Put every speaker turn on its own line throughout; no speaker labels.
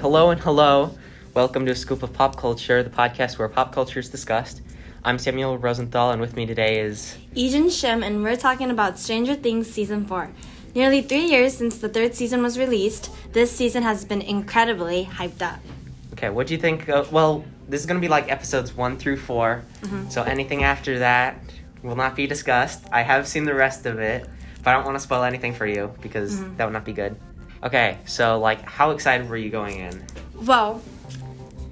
Hello and hello. Welcome to A Scoop of Pop Culture, the podcast where pop culture is discussed. I'm Samuel Rosenthal, and with me today is.
Ijin Shim, and we're talking about Stranger Things Season 4. Nearly three years since the third season was released, this season has been incredibly hyped up.
Okay, what do you think? Of, well, this is going to be like episodes one through 4
Mm-hmm.
so anything after that will not be discussed. I have seen the rest of it, but I don't want to spoil anything for you because
Mm-hmm.
that would not be good. Okay, so like, how excited were you going in?
Well,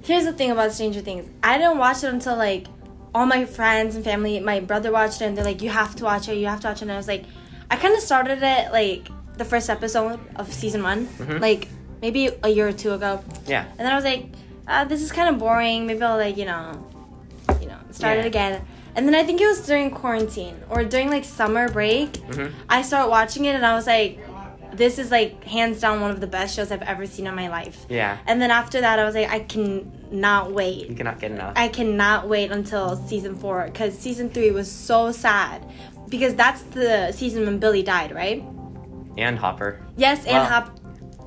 here's the thing about Stranger Things I didn't watch it until like all my friends and family, my brother watched it, and they're like, You have to watch it, you have to watch it. And I was like, I kind of started it like the first episode of season one, like maybe a year or two ago.
Yeah.
And then I was like, uh, this is kind of boring. Maybe I'll like, you know, you know, start
Yeah.
it again. And then I think it was during quarantine or during like summer break.
Mhm.
I started watching it and I was like, this is like hands down one of the best shows I've ever seen in my life.
Yeah.
And then after that, I was like, I cannot
You
wait.
cannot get enough.
I cannot wait until season four because season three was so sad because that's the season when Billy died, right?
And Hopper.
Yes, and
Wow.
Hop,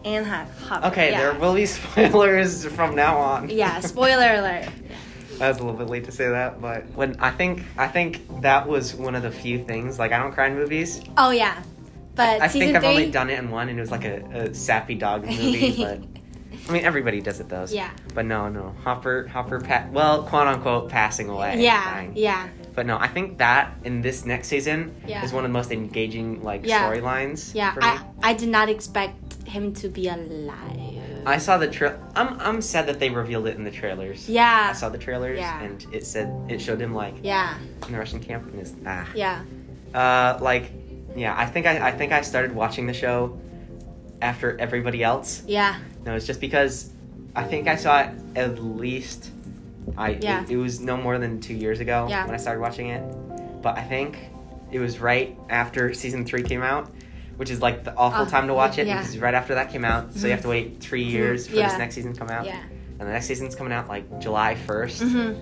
and Hop. Hop
Okay,
yeah.
there will be spoilers from now on.
yeah. Spoiler alert.
That was a little bit late to say that, but when I think I think that was one of the few things. Like I don't cry in movies.
Oh yeah, but
I
Uh, season
think I've
three.
only done it in one, and it was like a, a sappy dog movie. but I mean, everybody does it though.
yeah,
But no, no, Hopper, Hopper, pa- well, quote unquote, passing away.
yeah,
dying.
yeah,
But no, I think that in this next season
Yeah.
is one of the most engaging like
Yeah.
storylines.
yeah.
for me.
I I did not expect him to be alive.
I saw the trail. I'm I'm sad that they revealed it in the trailers. I
Yeah,
saw the trailers
Yeah.
and it said it showed him like
yeah,
in the Russian camp and his ah.
yeah.
Uh, like, yeah, I think I, I think I started watching the show after everybody else.
Yeah,
No, it's just because I think I saw it at least. I
Yeah.
it, it was no more than two years ago
Yeah.
when I started watching it, but I think it was right after season three came out, which is like the awful
Oh,
time to watch it
yeah. Mm-hmm.
because right after that came out, so you have to wait three years for this
Yeah.
next season to come out,
yeah.
and the next season's coming out like July 1st
Mm-hmm.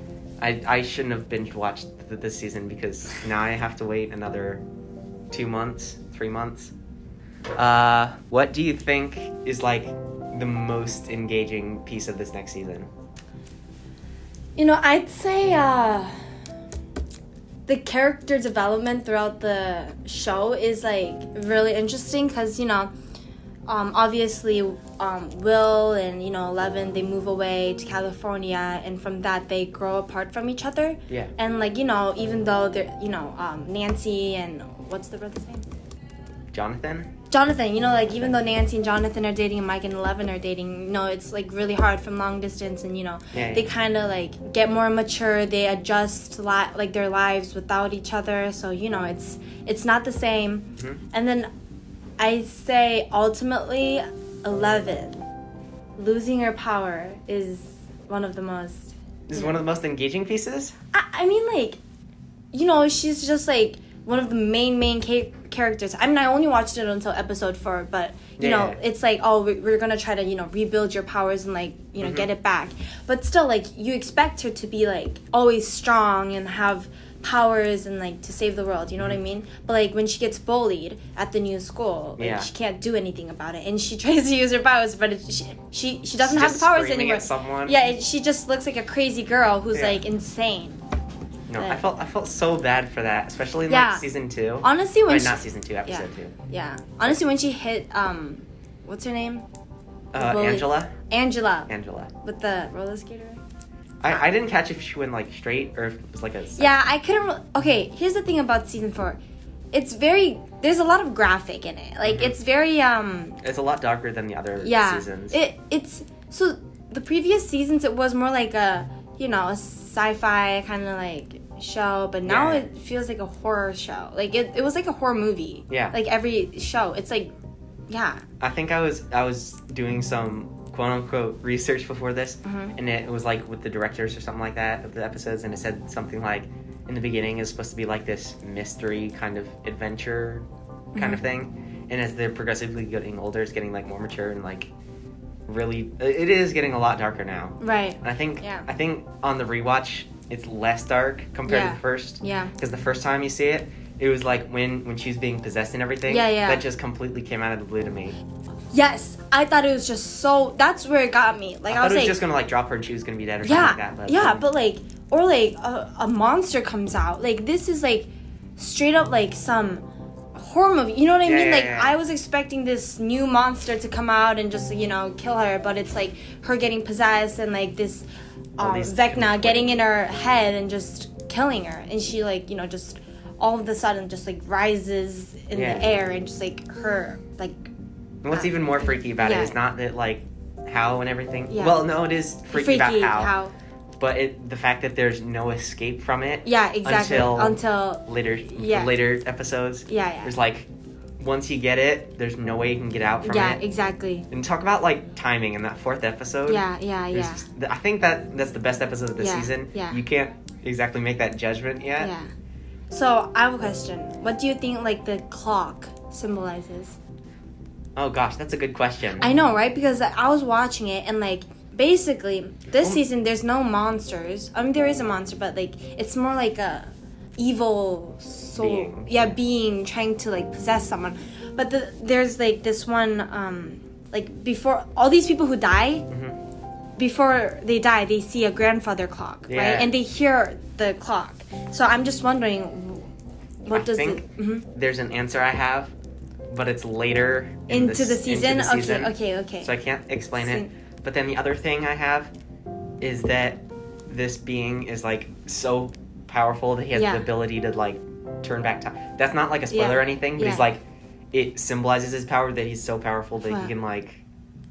I, I shouldn't have binge watched th- this season because now I have to wait another two months, three months. Uh, what do you think is like the most engaging piece of this next season?
You know, I'd say uh, the character development throughout the show is like really interesting because you know, um, obviously um, Will and you know Eleven they move away to California, and from that they grow apart from each other.
Yeah.
And like you know, even though they're you know um, Nancy and what's the brother's name?
Jonathan?
Jonathan, you know, like even though Nancy and Jonathan are dating and Mike and Eleven are dating, you know, it's like really hard from long distance, and you know,
Yeah, yeah.
they kind of like get more mature. They adjust li- like their lives without each other, so you know, it's it's not the same.
Mhm.
And then I say ultimately, Eleven losing her power is one of the most
This is one of the most engaging pieces?
I, I mean, like, you know, she's just like one of the main main ca- characters. I mean, I only watched it until episode four, but
Yeah.
you know, it's like, oh, we- we're gonna try to you know rebuild your powers and like you know
Mm-hmm.
get it back. But still, like, you expect her to be like always strong and have powers and like to save the world. You know what I
Mm-hmm.
mean? But like when she gets bullied at the new school, like
Yeah.
she can't do anything about it, and she tries to use her powers, but it, she she she doesn't have
Just
the powers
screaming
anymore.
At someone?
Yeah, it, she just looks like a crazy girl who's
Yeah.
like insane.
No, I
Yeah.
felt I felt so bad for that, especially in
Yeah.
like season two.
Honestly, when
Wait,
she,
not season two, episode two.
yeah, honestly, when she hit um, what's her name,
Uh,
Bully.
Angela?
Angela,
Angela.
with the roller skater.
I, I didn't catch if she went like straight or if it was like a.
Yeah, I couldn't. Re- okay, here's the thing about season four, it's very there's a lot of graphic in it.
Mm-hmm.
Like it's very um,
It's a lot darker than the other
yeah,
seasons.
it it's so the previous seasons it was more like a you know a sci-fi kind of like show, but now
Yeah.
it feels like a horror show. Like it, it was like a horror movie.
yeah.
like every show it's like yeah
I think I was I was doing some quote unquote research before this,
Mhm.
and it was like with the directors or something like that of the episodes, and it said something like, in the beginning is supposed to be like this mystery kind of adventure kind
Mm-hmm.
of thing, and as they're progressively getting older, it's getting like more mature and like really it is getting a lot darker now.
right
And I think
Yeah.
I think on the rewatch it's less dark compared to
Yeah.
the first
yeah
because the first time you see it. It was like when when she was being possessed and everything.
Yeah, yeah.
That just completely came out of the blue to me.
Yes, I thought it was just so. That's where it got me.
I
Like I,
thought
was
it was
like,
just gonna like drop her and she was gonna be dead or
yeah,
something like that. But um,
yeah, but like, or like a, a monster comes out. Like this is like straight up like some horror movie. You know what I
Yeah,
mean?
yeah,
like
yeah.
I was expecting this new monster to come out and just you know kill her, but it's like her getting possessed and like this
All
um,
these
Vecna
conflicting-
getting in her head and just killing her, and she like you know just all of a sudden just like rises in
Yeah.
the air and just like her like
And what's even more freaky about
Yeah.
it is not that like how and everything.
Yeah.
Well, no, it is freaky, about how,
how
but it, the fact that there's no escape from it.
yeah exactly
Until-
until
Later,
Yeah.
later episodes.
Yeah, yeah.
There's like, once you get it, there's no way you can get out from
yeah,
it.
exactly.
And talk about like timing in that fourth episode.
Yeah, yeah,
There's
yeah.
just- I think that that's the best episode of the
Yeah,
season.
yeah.
You can't exactly make that judgment yet.
Yeah. So I have a question. What do you think like the clock symbolizes?
Oh gosh, that's a good question.
I know, right? Because I was watching it and like basically this
Um,
season there's no monsters. I mean there is a monster, but like it's more like a evil soul
Being.
yeah being trying to like possess someone but the, there's like this one um like before all these people who die
Mhm.
before they die, they see a grandfather clock, right?
Yeah.
And they hear the clock. So I'm just wondering, wh- what
I
does
think
it mhm.
There's an answer I have, but it's later in
into,
this-
the season?
Into the season.
Okay, okay, okay.
So I can't explain
Sin-
it. But then the other thing I have is that this being is like so powerful that he has
Yeah.
the ability to like turn back time. That's not like a spoiler
Yeah.
or anything, but he's
Yeah.
like it symbolizes his power that he's so powerful that
Wow.
he can like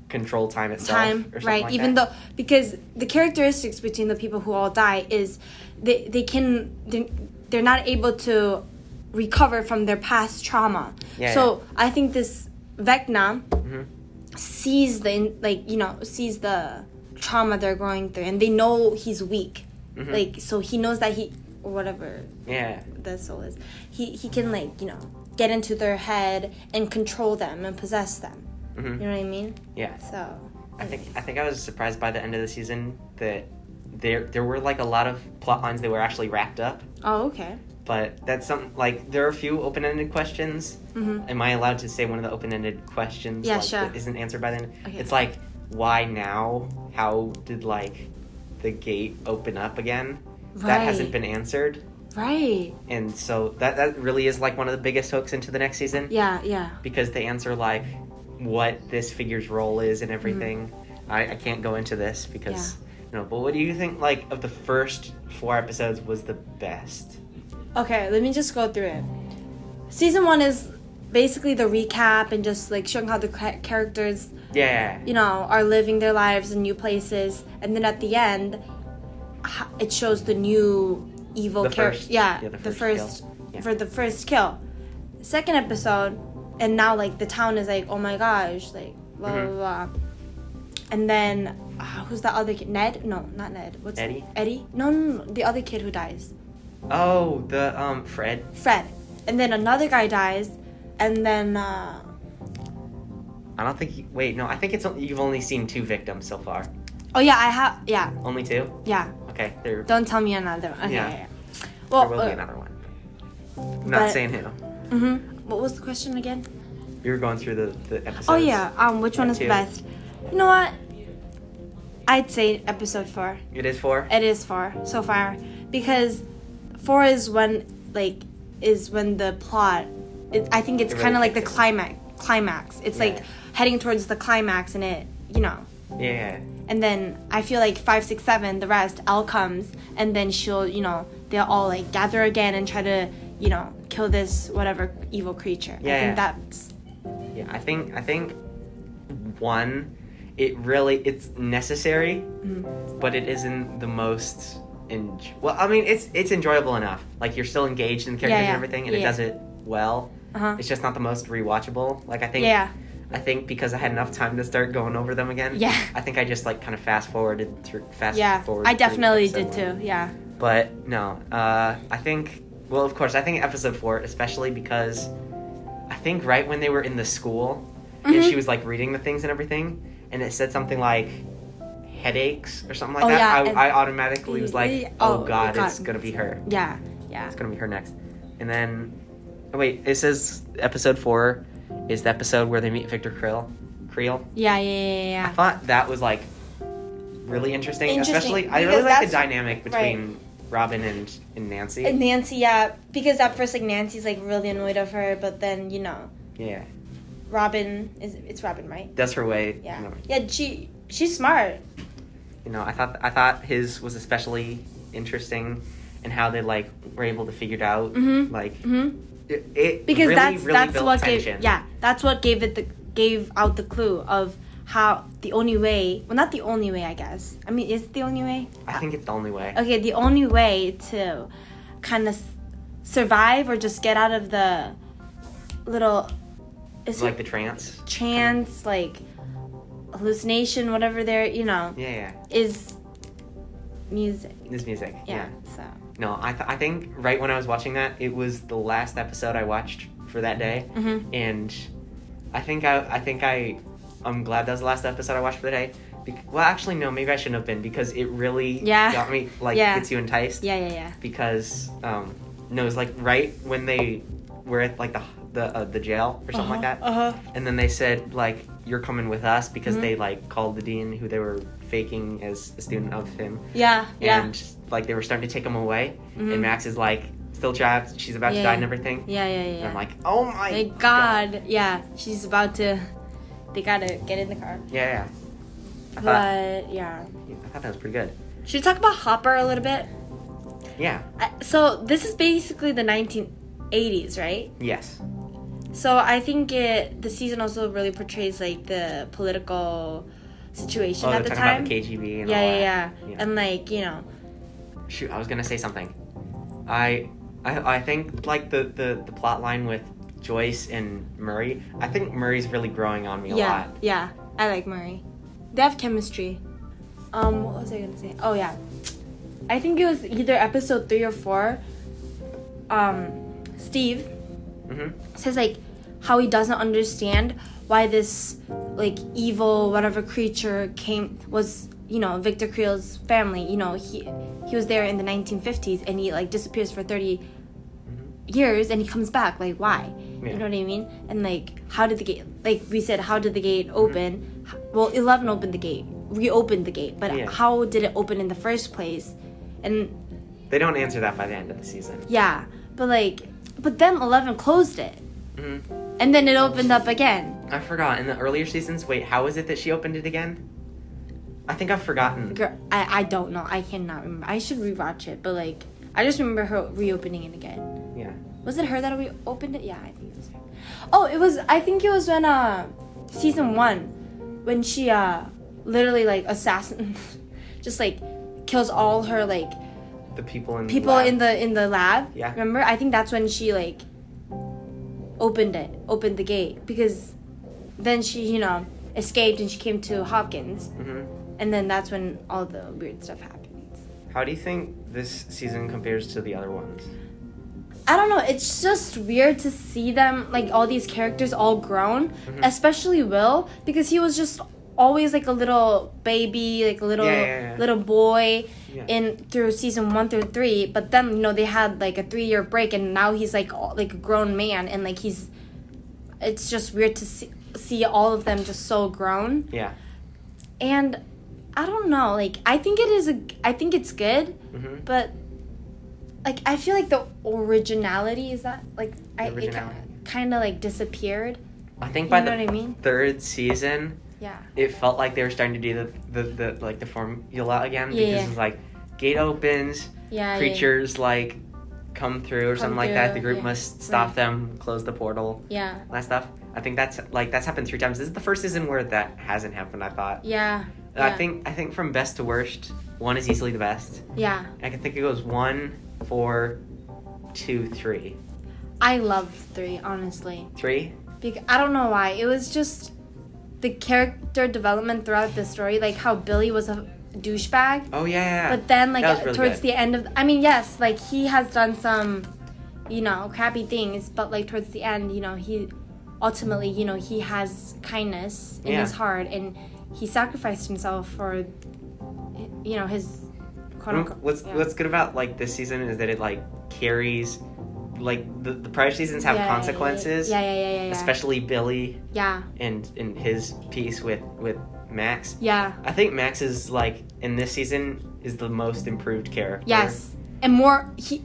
control time itself.
time,
or something
right?
like
Even
that.
though because the characteristics between the people who all die is they they can they're, they're not able to recover from their past trauma.
Yeah,
so I think this Vecna
Mhm.
sees the in- like you know sees the trauma they're going through, and they know he's weak.
Mhm.
Like so he knows that he or whatever
yeah,
the soul is he he can like you know get into their head and control them and possess them.
Mhm.
You know what I mean?
yeah.
So
I think I think I was surprised by the end of the season that there there were like a lot of plot lines that were actually wrapped up.
oh okay.
But that's something like there are a few open ended questions.
hmm
Am I allowed to say one of the open ended questions?
Yeah,
like,
sure.
That isn't answered by then.
Okay.
It's like why now? How did like the gate open up again? That hasn't been answered,
Right.
and so that that really is like one of the biggest hooks into the next season
Yeah, yeah.
because they answer like what this figure's role is and everything.
Mm-hmm.
I, I can't go into this because you know. But what do you think like of the first four episodes was the best?
Okay, let me just go through it. Season one is basically the recap and just like showing how the ca- characters,
Yeah.
you know, are living their lives in new places, and then at the end, h- it shows the new evil
The
character.
first-
Yeah,
yeah, the
the
first kill.
first
Yeah.
for the first kill. Second episode, and now like the town is like, oh my gosh, like blah
Mhm.
blah blah. And then uh, who's the other kid? Ned? No, not Ned. What's
Eddie?
Eddie? No, no, no, the other kid who dies.
Oh, the um Fred.
Fred, and then another guy dies, and then uh,
I don't think. You, wait, no. I think it's you've only seen two victims so far.
oh yeah, I have yeah
Only two.
yeah.
Okay, there,
Don't tell me another one. Okay,
Yeah.
yeah. yeah.
there
Well,
will be
uh,
another one. I'm not
but-
saying who.
mhm. what was the question again?
You were going through the the episodes.
oh yeah, um, which one is the
two.
best? You know what? I'd say episode four.
It is four.
It is four so far because four is when like is when the plot. It, I think it's
It really
kind of like the
kicks in.
climax. Climax. It's
Yeah.
like heading towards the climax, and it you know
Yeah.
and then I feel like five, six, seven, the rest, L comes, and then she'll, you know, they'll all like gather again and try to, you know, kill this whatever evil creature. I
Yeah.
think that's
Yeah, I think I think one, it really it's necessary,
mm-hmm.
but it isn't the most. En- well, I mean, it's it's enjoyable enough. Like you're still engaged in the characters
yeah.
and everything, and
Yeah.
it does it well.
uh-huh.
It's just not the most rewatchable. Like I think
yeah,
I think because I had enough time to start going over them again.
Yeah.
I think I just like kind of fast forwarded through fast
yeah.
forward.
I
through
definitely
episode
did
one.
too. Yeah,
But no, uh, I think. Well, of course, I think episode four, especially because I think right when they were in the school and
Mhm.
she was like reading the things and everything, and it said something like headaches or something like
Oh,
that.
yeah,
I,
and-
I automatically was
Yeah,
like,
oh,
oh, god,
God.
it's gonna be her.
yeah, yeah.
It's gonna be her next. And then, oh, wait, it says episode four is the episode where they meet Victor Krill. Creel.
Yeah, yeah, yeah, yeah.
I thought that was like really interesting,
Interesting,
especially I
because
really like the
that's-
dynamic between Robin and, and Nancy.
And Nancy, yeah, because at first like Nancy's like really annoyed of her, but then you know
yeah,
Robin is it's Robin, right?
that's her way.
Yeah,
You know,
yeah. She she's smart.
you know, I thought I thought his was especially interesting, and how they like were able to figure it out
Mhm.
like
Mm-hmm.
it, it
Because
really,
that's
really
that's
built
what
tension.
gave yeah that's what gave it the gave out the clue of how the only way well not the only way I guess I mean is it the only way
I think it's the only way.
okay the only way to kind of survive or just get out of the little is
like
it
the trance.
trance like hallucination whatever there you know
Yeah, yeah.
is music.
This music.
Yeah. So
No, I, th- I think right when I was watching that, it was the last episode I watched for that day,
Mhm.
and I think I I think I I'm glad that was the last episode I watched for the day. Be- well, actually, no, maybe I shouldn't have been because it really
Yeah.
got me like
Yeah.
gets you enticed
yeah, yeah, yeah.
because um no, it was like right when they were at like the the uh, the jail or something like that,
Uh huh.
and then they said like you're coming with us because
Mhm.
they like called the dean who they were faking as a student of him
Yeah, yeah,
and like they were starting to take him away
Mhm.
and max is like still trapped she's about
Yeah.
to die and everything
yeah, yeah,
and i'm
yeah.
like oh my
Thank God. Yeah, she's about to. They gotta get in the car.
yeah, yeah. I, thought,
But yeah,
I thought that was pretty good
should we talk about Hopper a little bit?
yeah
I, so this is basically the 1980s, right?
yes
So I think it the season also really portrays like the political
oh
situation
they're
at the
talking
time.
about the kgb and
yeah,
all
yeah, yeah,
that Yeah.
and like you know,
shoot i was gonna say something i i, I think like the, the the plot line with joyce and murray i think murray's really growing on me a
yeah,
lot
yeah. I like Murray. They have chemistry. Um, what was I gonna say? Oh yeah, I think it was either episode three or four. Um, Steve
hmm
says like how he doesn't understand why this like evil whatever creature came was you know Victor Creel's family. You know he he was there in the 1950s and he like disappears for 30 years and he comes back. Like why?
Mm-hmm. Yeah.
You know what I mean? And like, how did the gate? Like we said, how did the gate
Mm-hmm.
open? H- Well, Eleven opened the gate, reopened the gate, but
Yeah.
how did it open in the first place? And
they don't answer that by the end of the season
yeah, but like, but then Eleven closed it,
hmm
and then it opened up again.
I forgot. In the earlier seasons, wait, how is it that she opened it again? I think I've forgotten.
Girl, I I don't know. I cannot remember. I should rewatch it, but like, I just remember her reopening it again.
Yeah.
Was it her that we opened it? Yeah, I think it was her. Oh, it was. I think it was when uh, season one, when she uh, literally like assassin, just like kills all her like
The people in
people in the in the lab.
Yeah.
Remember? I think that's when she like opened it, opened the gate because then she you know escaped and she came to Hopkins
hmm
and then that's when all the weird stuff happens.
How do you think this season compares to the other ones?
I don't know. It's just weird to see them like all these characters all grown,
Mhm.
especially Will because he was just always like a little baby, like a little
Yeah, yeah, yeah.
little boy
Yeah.
in through season 1 through 3, but then you know they had like a 3 year break and now he's like all, like a grown man and like he's it's just weird to see see all of them just so grown
yeah.
and I don't know, like I think it is a I think it's good
hmm
but like I feel like the originality is that like I it
Originality.
kind of like disappeared.
I think
You
by
know what
the
I mean?
third season,
Yeah.
it felt like they were starting to do the the, the like the formula again
Yeah,
because
yeah.
it's like gate opens,
Yeah.
creatures like come through or
Come
something like that.
through,
The group
yeah.
must stop
Right.
them, close the portal,
Yeah.
all that stuff. I think that's like that's happened three times. This is the first season where that hasn't happened. I thought.
Yeah.
I
Yeah.
think I think from best to worst, one is easily the best.
Yeah.
I can think it goes one, four, two, three.
I loved three honestly.
Three?
Because I don't know why it was just the character development throughout the story, like how Billy was a douchebag,
Oh yeah, yeah, yeah.
but then like
That was really
towards
good.
the end of, I mean yes, like he has done some, you know, crappy things, but like towards the end, you know, he ultimately, you know, he has kindness in
Yeah.
his heart, and he sacrificed himself for, you know, his. Quote
Mm,
unquote,
What's
yeah.
what's good about like this season is that it like carries like the, the prior seasons have
Yeah, yeah, yeah,
consequences.
Yeah, yeah, yeah, yeah. yeah.
Especially Billy
Yeah,
and and his piece with with Max.
yeah.
I think Max is like in this season is the most improved character.
Yes, and more he.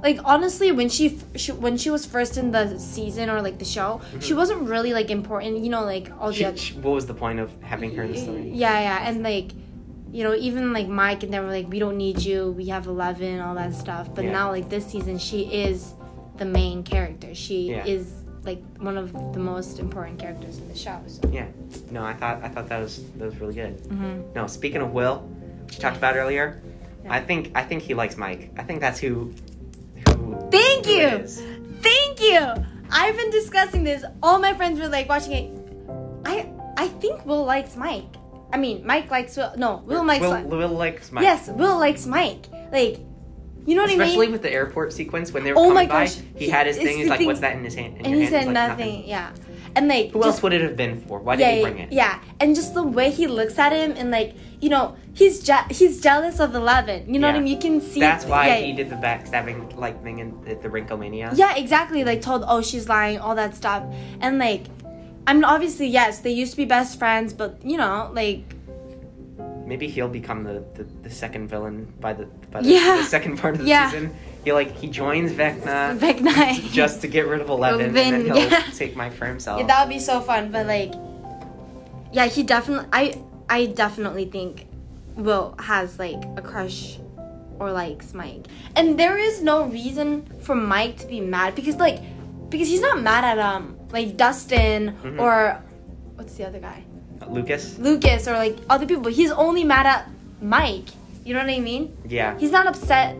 Like honestly, when she, f- she when she was first in the season or like the show, she wasn't really like important. You know, like all
Mm-hmm.
the
She,
other.
she- what was the point of having her in the story?
Yeah, yeah, and like, you know, even like Mike and them were like, we don't need you. We have Eleven, all that stuff. But
Yeah.
now, like this season, she is the main character. She
Yeah.
is like one of the most important characters in the show. So.
Yeah. No, I thought I thought that was that was really good.
Mm-hmm.
No, speaking of Will, which you talked about earlier,
Yeah.
I think I think he likes Mike. I think that's who. who
Thank
who it
you.
is.
Thank you. I've been discussing this. All my friends were like watching it. I I think Will likes Mike. I mean, Mike likes Will. No, Will likes.
Will, Will likes Mike.
Yes, Will likes Mike. Like, you know what I mean?
Especially with the airport sequence when they were
Oh
coming
my
by,
gosh.
he had his
It's
thing.
the
He's like,
thing-
"What's that in his hand?" In
and
your
he
hand?" It's
said
like,
nothing. Yeah, and like
Who
just-
else would it have been for? Why
yeah,
did he
yeah,
bring it?
yeah, and just the way he looks at him, and like you know, he's je- he's jealous of Eleven. You know what I
Yeah.
mean? You can see
That's why
yeah,
he did the backstabbing like thing in at the Wrinklemania.
Yeah, exactly. Like told, oh, she's lying, all that stuff, and like, I mean, obviously, yes, they used to be best friends, but you know, like,
Maybe he'll become the, the, the second villain by the by the,
Yeah.
the second part of the
Yeah.
season. He like he joins Vecna
Vic Knight.
Uh, just to get rid of Eleven, and
Eleven,
then he'll
yeah.
take Mike for himself.
Yeah, that would be so fun, but like, yeah, he definitely. I I definitely think Will has like a crush or likes Mike, and there is no reason for Mike to be mad because like because he's not mad at um like Dustin
Mhm.
or what's the other guy
Lucas,
Lucas or like other people. He's only mad at Mike. You know what I mean?
yeah,
He's not upset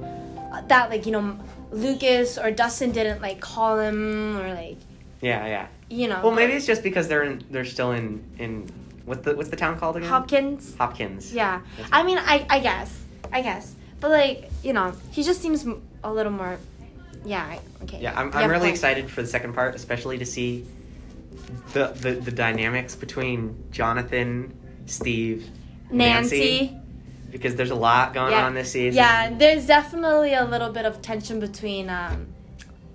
that like you know Lucas or Dustin didn't like call him or like
yeah, yeah.
you know.
Well, maybe it's just because they're in, they're still in in what's the what's the town called again?
Hopkins.
Hopkins.
Yeah.
That's-
I mean, I, I guess. I guess. But, like, you know, he just seems m- a little more. Yeah, I- okay.
Yeah, I'm,
Yeah,
I'm really
point.
excited for the second part, especially to see the the, the dynamics between Jonathan, Steve,
Nancy.
because there's a lot going
Yeah.
on this season.
Yeah, there's definitely a little bit of tension between um,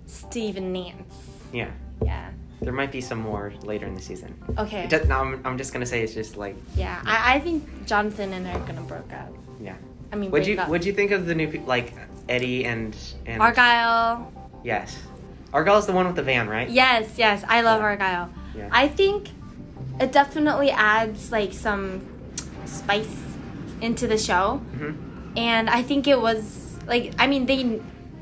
Steve and Nance.
Yeah.
Yeah.
There might be some more later in the season.
Okay.
It does, no, I'm, I'm just gonna say it's just like
yeah, I, I think Jonathan and I are gonna break up.
yeah.
I mean,
Would
break
you
up.
would you think of the new pe- like Eddie and and
Argyle.
yes, Argyle's the one with the van, right?
Yes, yes, I love
Yeah.
Argyle.
Yeah.
I think it definitely adds like some spice into the show.
hmm
and I think it was like I mean they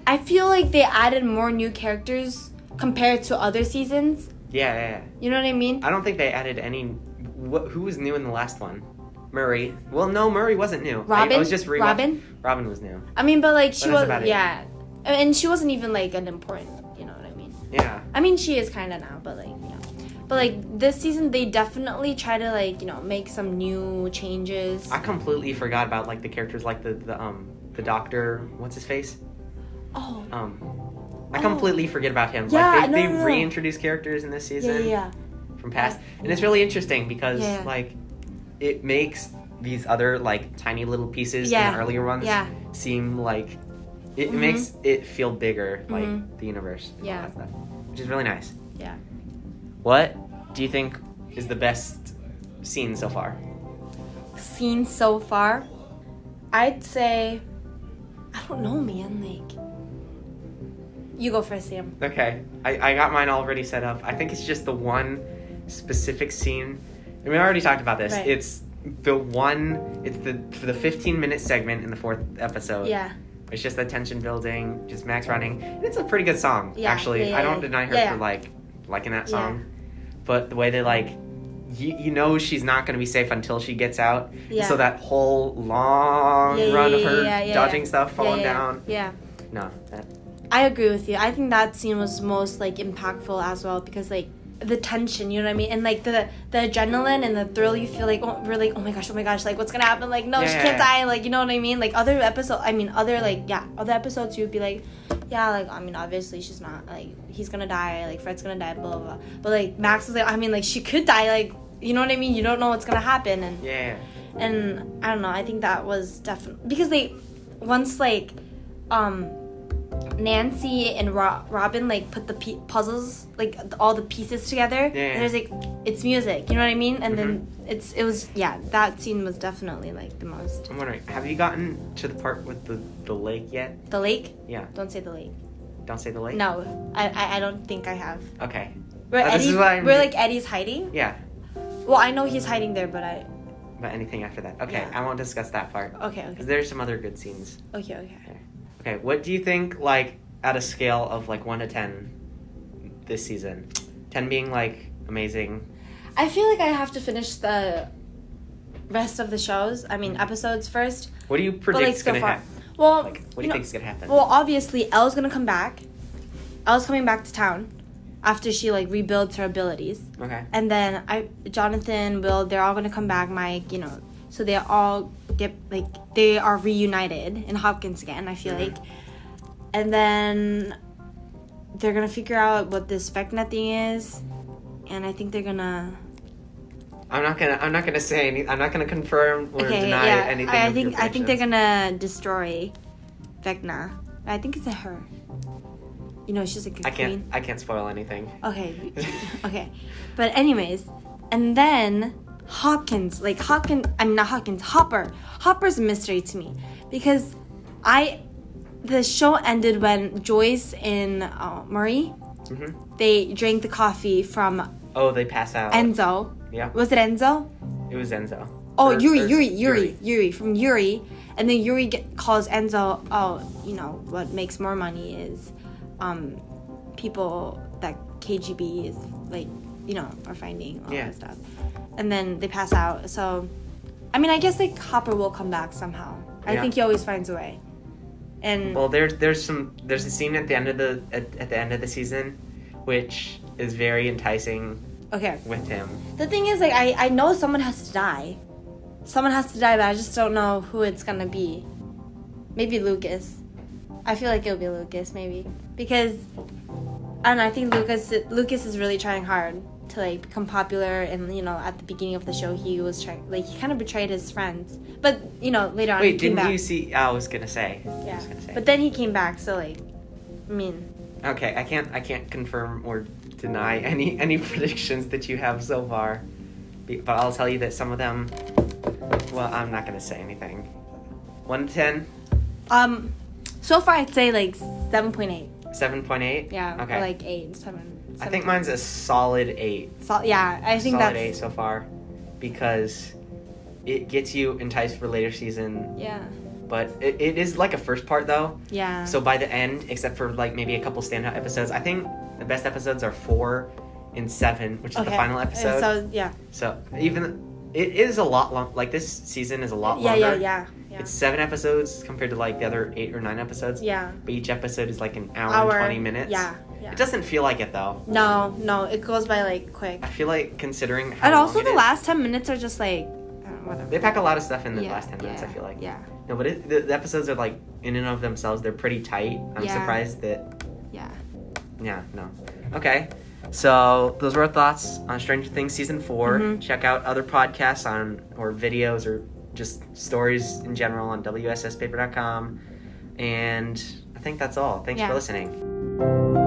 I feel like they added more new characters compared to other seasons.
Yeah, yeah, yeah.
You know what I mean?
I don't think they added any. Wh- who was new in the last one? Murray. Well, no, Murray wasn't new. I-
Robin?
I, was just re-
Robin?
Robin was new.
I mean, but like she
But that's
was
about it.
yeah, and she wasn't even like an important. You know what I mean?
Yeah.
I mean she is kind of now, but like yeah. But like this season, they definitely try to like you know make some new changes.
I completely forgot about like the characters, like the the um the doctor. What's his face?
Oh
Um. I
Oh.
completely forget about him.
Yeah,
like
no,
they, they
no, no.
reintroduce characters in this
yeah, yeah,
season
yeah,
from past, and it's really interesting because
Yeah.
like it makes these other like tiny little pieces in
Yeah.
the earlier ones
yeah,
seem like it, it
Mhm.
makes it feel bigger, like
Mhm.
the universe. and all
Yeah.
that stuff, which is really nice.
yeah.
What do you think is the best scene so far?
Seen so far, I'd say I don't know, man. Like you go first, Sam.
Okay, I, I got mine already set up. I think it's just the one specific scene. And we already talked about this.
Right.
It's the one. It's the for the 15 minute segment in the fourth episode.
Yeah,
It's just the tension building, just Max running. And it's a pretty good song,
Yeah,
actually.
yeah, yeah,
I don't
yeah.
deny her
Yeah, yeah.
for like liking that
Yeah.
song, but the way they like, you, you know, she's not going to be safe until she gets out.
yeah.
So that whole long
Yeah, yeah,
run of
yeah,
her
yeah, yeah,
dodging
yeah.
stuff, falling
yeah, yeah,
down.
Yeah,
No, that,
I agree with you. I think that scene was most like impactful as well because like the tension, you know what I mean, and like the the adrenaline and the thrill you feel like oh we're like oh my gosh oh my gosh like what's gonna happen like no she
Yeah.
can't die like you know what I mean like other episode I mean other like yeah other episodes you'd be like yeah like I mean obviously she's not like he's gonna die like Fred's gonna die blah blah blah but like Max was like I mean like she could die like you know what I mean you don't know what's gonna happen and
yeah.
and I don't know. I think that was definitely because they once like um Nancy and Ro- Robin like put the pe- puzzles like th- all the pieces together.
Yeah, yeah. Mm-hmm.
And there's like it's music, you know what I mean? And then it's it was yeah that scene was definitely like the most
I'm wondering, have you gotten to the part with the, the lake yet?
the lake.
Yeah.
Don't say the lake.
Don't say the lake?
No, I I, I don't think I have.
Okay.
Where
Oh, this is
Eddie's,
what I'm-
where like Eddie's hiding.
Yeah.
Well, I know he's hiding there, but I
But anything after that. Okay,
Yeah.
I won't discuss that part.
okay okay
Because there's some other good scenes.
okay okay.
Okay, what do you think, like, at a scale of, like, 1 to 10 this season? 10 being, like, amazing.
I feel like I have to finish the rest of the shows. I mean episodes first.
What do you predict
like,
is
so
going to
far-
happen? Like,
Well,
what do
you
you
know,
think is going to happen?
Well, obviously, Elle's gonna come back. Elle's coming back to town after she like rebuilds her abilities,
okay.
and then I, Jonathan, Will, they're all gonna come back. Mike, you know, so they all get like they are reunited in Hopkins again. I feel
Mhm.
like, and then they're gonna figure out what this Vecna thing is, and I think they're gonna.
I'm not gonna. I'm not gonna say any. I'm not gonna confirm or
okay,
deny
yeah,
anything.
I, I
with your
think I think they're
predictions.
gonna destroy Vecna. I think it's a her. You know, she's like a
I
queen.
can't. I can't spoil anything.
Okay. Okay. But anyways, and then Hopkins, like Hopkins, I mean not Hopkins, Hopper. Hopper's a mystery to me because I, the show ended when Joyce and uh, Marie
Mhm.
they drank the coffee from
Oh, they pass out.
Enzo.
yeah,
Was it Enzo?
it was Enzo. Or-
Oh, Yuri,
or-
Yuri, Yuri, Yuri, from Yuri, and then Yuri get, calls Enzo. Oh, you know what makes more money is, um, people that KGB is like, you know, are finding all
Yeah.
that stuff, and then they pass out. So, I mean, I guess like Hopper will come back somehow. I
Yeah.
think he always finds a way, and
Well, there's there's some there's a scene at the end of the at, at the end of the season, which is very enticing
okay.
with him.
The thing is, like, I I know someone has to die, someone has to die, but I just don't know who it's gonna be. Maybe Lucas. I feel like it'll be Lucas, maybe because I don't know. I think Lucas Lucas is really trying hard to like become popular, and you know, at the beginning of the show, he was trying like he kind of betrayed his friends, but you know, later on he
Wait,
came
didn't
back.
you see? I was gonna say. I was gonna say.
yeah, but then he came back, so like, I mean,
okay, I can't I can't confirm or deny any any predictions that you have so far, Be- but I'll tell you that some of them. Well, I'm not gonna say anything. One to ten.
um, so far I'd say like seven point eight,
7.8?
yeah,
Okay.
or like eight, seven.
I
7.
think mine's a solid 8.
So, yeah, I think
solid
that's
8 so far because it gets you enticed for later season,
yeah,
but it, it is like a first part though.
yeah.
So by the end, except for like maybe a couple standout episodes, I think the best episodes are 4 and 7, which is the final
Uh,
episode. So,
So yeah,
even it is a lot long like this season is a lot
yeah,
longer.
yeah, yeah, yeah,
It's 7 episodes compared to like the other 8 or 9 episodes.
yeah.
But each episode is like an hour,
Hour,
and 20 minutes.
Yeah, yeah.
It doesn't feel like it though.
No, no, it goes by like quick.
I feel like considering how
And
long
also,
it
the
is-
last ten minutes are just like I don't know, whatever.
they pack a lot of stuff in the
Yeah,
last ten minutes.
yeah,
I feel like
Yeah,
no, but it, the, the episodes are like in and of themselves, they're pretty tight. I'm
Yeah.
surprised that
yeah.
yeah no okay. So those were our thoughts on Stranger Things season 4
Mhm.
Check out other podcasts on or videos or just stories in general on WSSPaper.com. And I think that's all. Thanks
Yeah.
for listening.